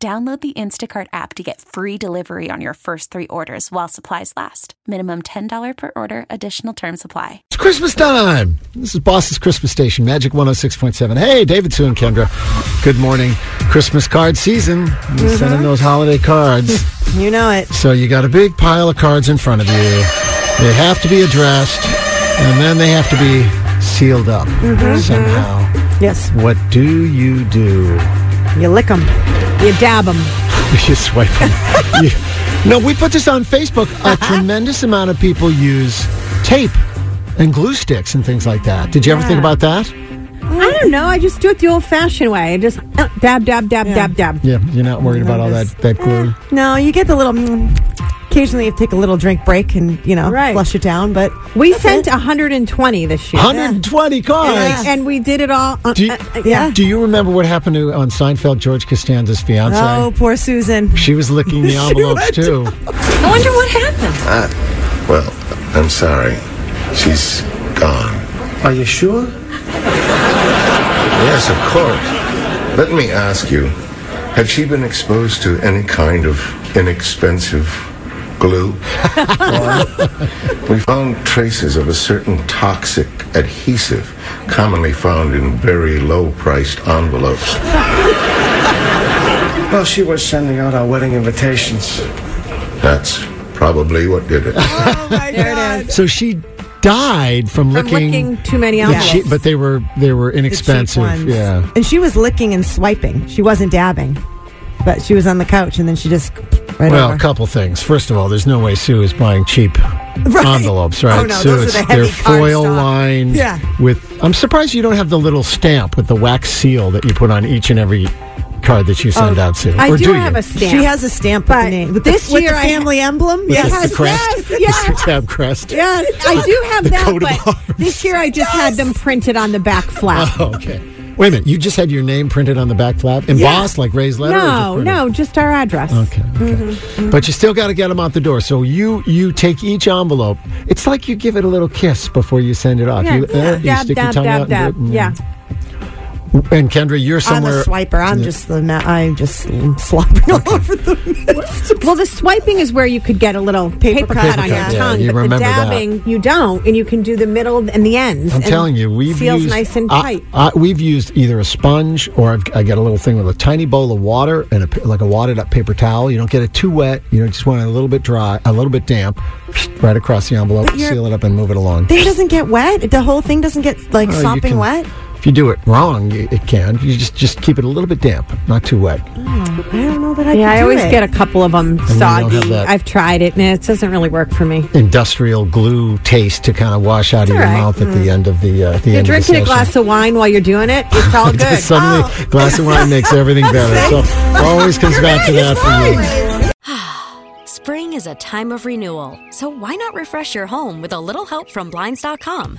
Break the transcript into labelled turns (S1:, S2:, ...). S1: Download the Instacart app to get free delivery on your first three orders while supplies last. Minimum $10 per order, additional term supply.
S2: It's Christmas time. This is Boss's Christmas Station, Magic 106.7. Hey, David, Sue, and Kendra. Good morning. Christmas card season. We're sending those holiday cards.
S3: You know it.
S2: so you got a big pile of cards in front of you. They have to be addressed, and then they have to be sealed up somehow.
S3: Yes.
S2: What do you do?
S3: You lick them. You dab them.
S2: you swipe them. You- no, we put this on Facebook. A tremendous amount of people use tape and glue sticks and things like that. Did you ever think about that?
S4: I don't know. I just do it the old-fashioned way. I just uh, dab, dab, dab, dab, dab.
S2: Yeah, you're not worried about all that, that glue.
S3: No, you get the little. mm, occasionally, you take a little drink break and you know
S4: Right.
S3: flush it down. But
S4: We sent 120 this year,
S2: 120 cards.
S4: and we did it all. uh,
S2: Do you,
S4: uh, uh, yeah.
S2: do you remember what happened to on Seinfeld, George Costanza's fiance?
S3: oh, poor Susan.
S2: She was licking the envelopes too.
S5: I wonder what happened.
S6: Well, I'm sorry. She's gone.
S7: Are you sure?
S6: Yes, of course. Let me ask you had she been exposed to any kind of inexpensive glue? we found traces of a certain toxic adhesive commonly found in very low priced envelopes.
S7: Well, she was sending out our wedding invitations.
S6: That's probably what did it.
S3: there it is.
S2: So she died from,
S4: From licking too many
S2: the
S4: envelopes.
S2: cheap, but they were they were
S3: The cheap ones.
S2: inexpensive. Yeah.
S3: And she was licking and swiping. She wasn't dabbing, but she was on the couch and then she just right
S2: Well,
S3: over.
S2: a couple things. First of all, there's no way Sue is buying cheap
S3: Right.
S2: envelopes, right?
S3: Oh, no,
S2: Sue,
S3: those are
S2: it's
S3: the
S2: they're
S3: heavy card
S2: foil
S3: stock.
S2: lined.
S3: Yeah.
S2: With I'm surprised you don't have the little stamp with the wax seal that you put on each and every card that you send out, Sue.
S4: I
S2: or
S4: do,
S2: do
S4: have
S2: you?
S4: a stamp.
S3: She has a stamp with the
S4: But
S3: name. With
S4: this
S3: the, with
S4: year
S3: the
S4: I-
S3: family emblem.
S2: With
S3: yes.
S2: the, the crest,
S4: yes, yes.
S2: the tab crest.
S4: yes, I do have
S2: The coat of
S4: that. But
S2: arms.
S4: this year, I just had them printed on the back flap.
S2: Oh, okay. Wait a minute. You just had your name printed on the back flap, embossed like Ray's letter. or just
S4: no,
S2: printed?
S4: no, Mm-hmm, just our address.
S2: Okay. okay. But you still got to get them out the door. So you you take each envelope. It's like you give it a little kiss before you send it off.
S4: Yeah,
S2: you, uh,
S4: yeah.
S2: you
S4: dab,
S2: stick your
S4: dab,
S2: tongue
S4: dab,
S2: out and
S4: dab.
S2: do it, mm.
S4: Yeah.
S2: and- And Kendra, you're
S3: I'm a
S2: somewhere.
S3: swiper. I'm just the. ma- I'm just slopping all over the mess.
S4: Well, the swiping is where you could get a little paper,
S3: Paper
S4: cut
S3: cut,
S4: on your
S3: yeah.
S4: tongue,
S2: Yeah, you
S4: but the
S2: remember that.
S4: dabbing you don't, and you can do the middle and the ends.
S2: I'm
S4: and
S2: telling you, we've
S4: feels
S2: used,
S4: nice and
S2: I-
S4: tight.
S2: I, we've used either a sponge or I've, I got a little thing with a tiny bowl of water and a, pa- like a wadded up paper towel. You don't get it too wet. You know, just want it a little bit dry, a little bit damp, right across the envelope,
S3: you're-
S2: seal it up, and move it along.
S3: Thing doesn't get wet. The whole thing doesn't get like
S2: Oh, you
S3: sopping
S2: can-
S3: wet.
S2: If you do it wrong, you- it can. You just just keep it a little bit damp, not too wet.
S3: I don't know that I.
S4: Yeah,
S3: can
S4: I
S3: do
S4: always
S3: it.
S4: get a couple of them
S2: we don't have
S4: soggy.
S2: that.
S4: I've tried it, and it doesn't really work for me.
S2: industrial glue taste to kind of wash out of your
S4: all right.
S2: mouth at the end of the uh, the
S4: Mm. You're
S2: end
S4: drinking
S2: of
S4: a
S2: the session.
S4: glass of wine while you're doing it. It's all
S2: Just
S4: good. Oh.
S2: Suddenly, glass of wine makes everything
S3: Oh,
S2: better. So always comes back to that for you.
S5: Spring is a time of renewal, so why not refresh your home with a little help from Blinds.com?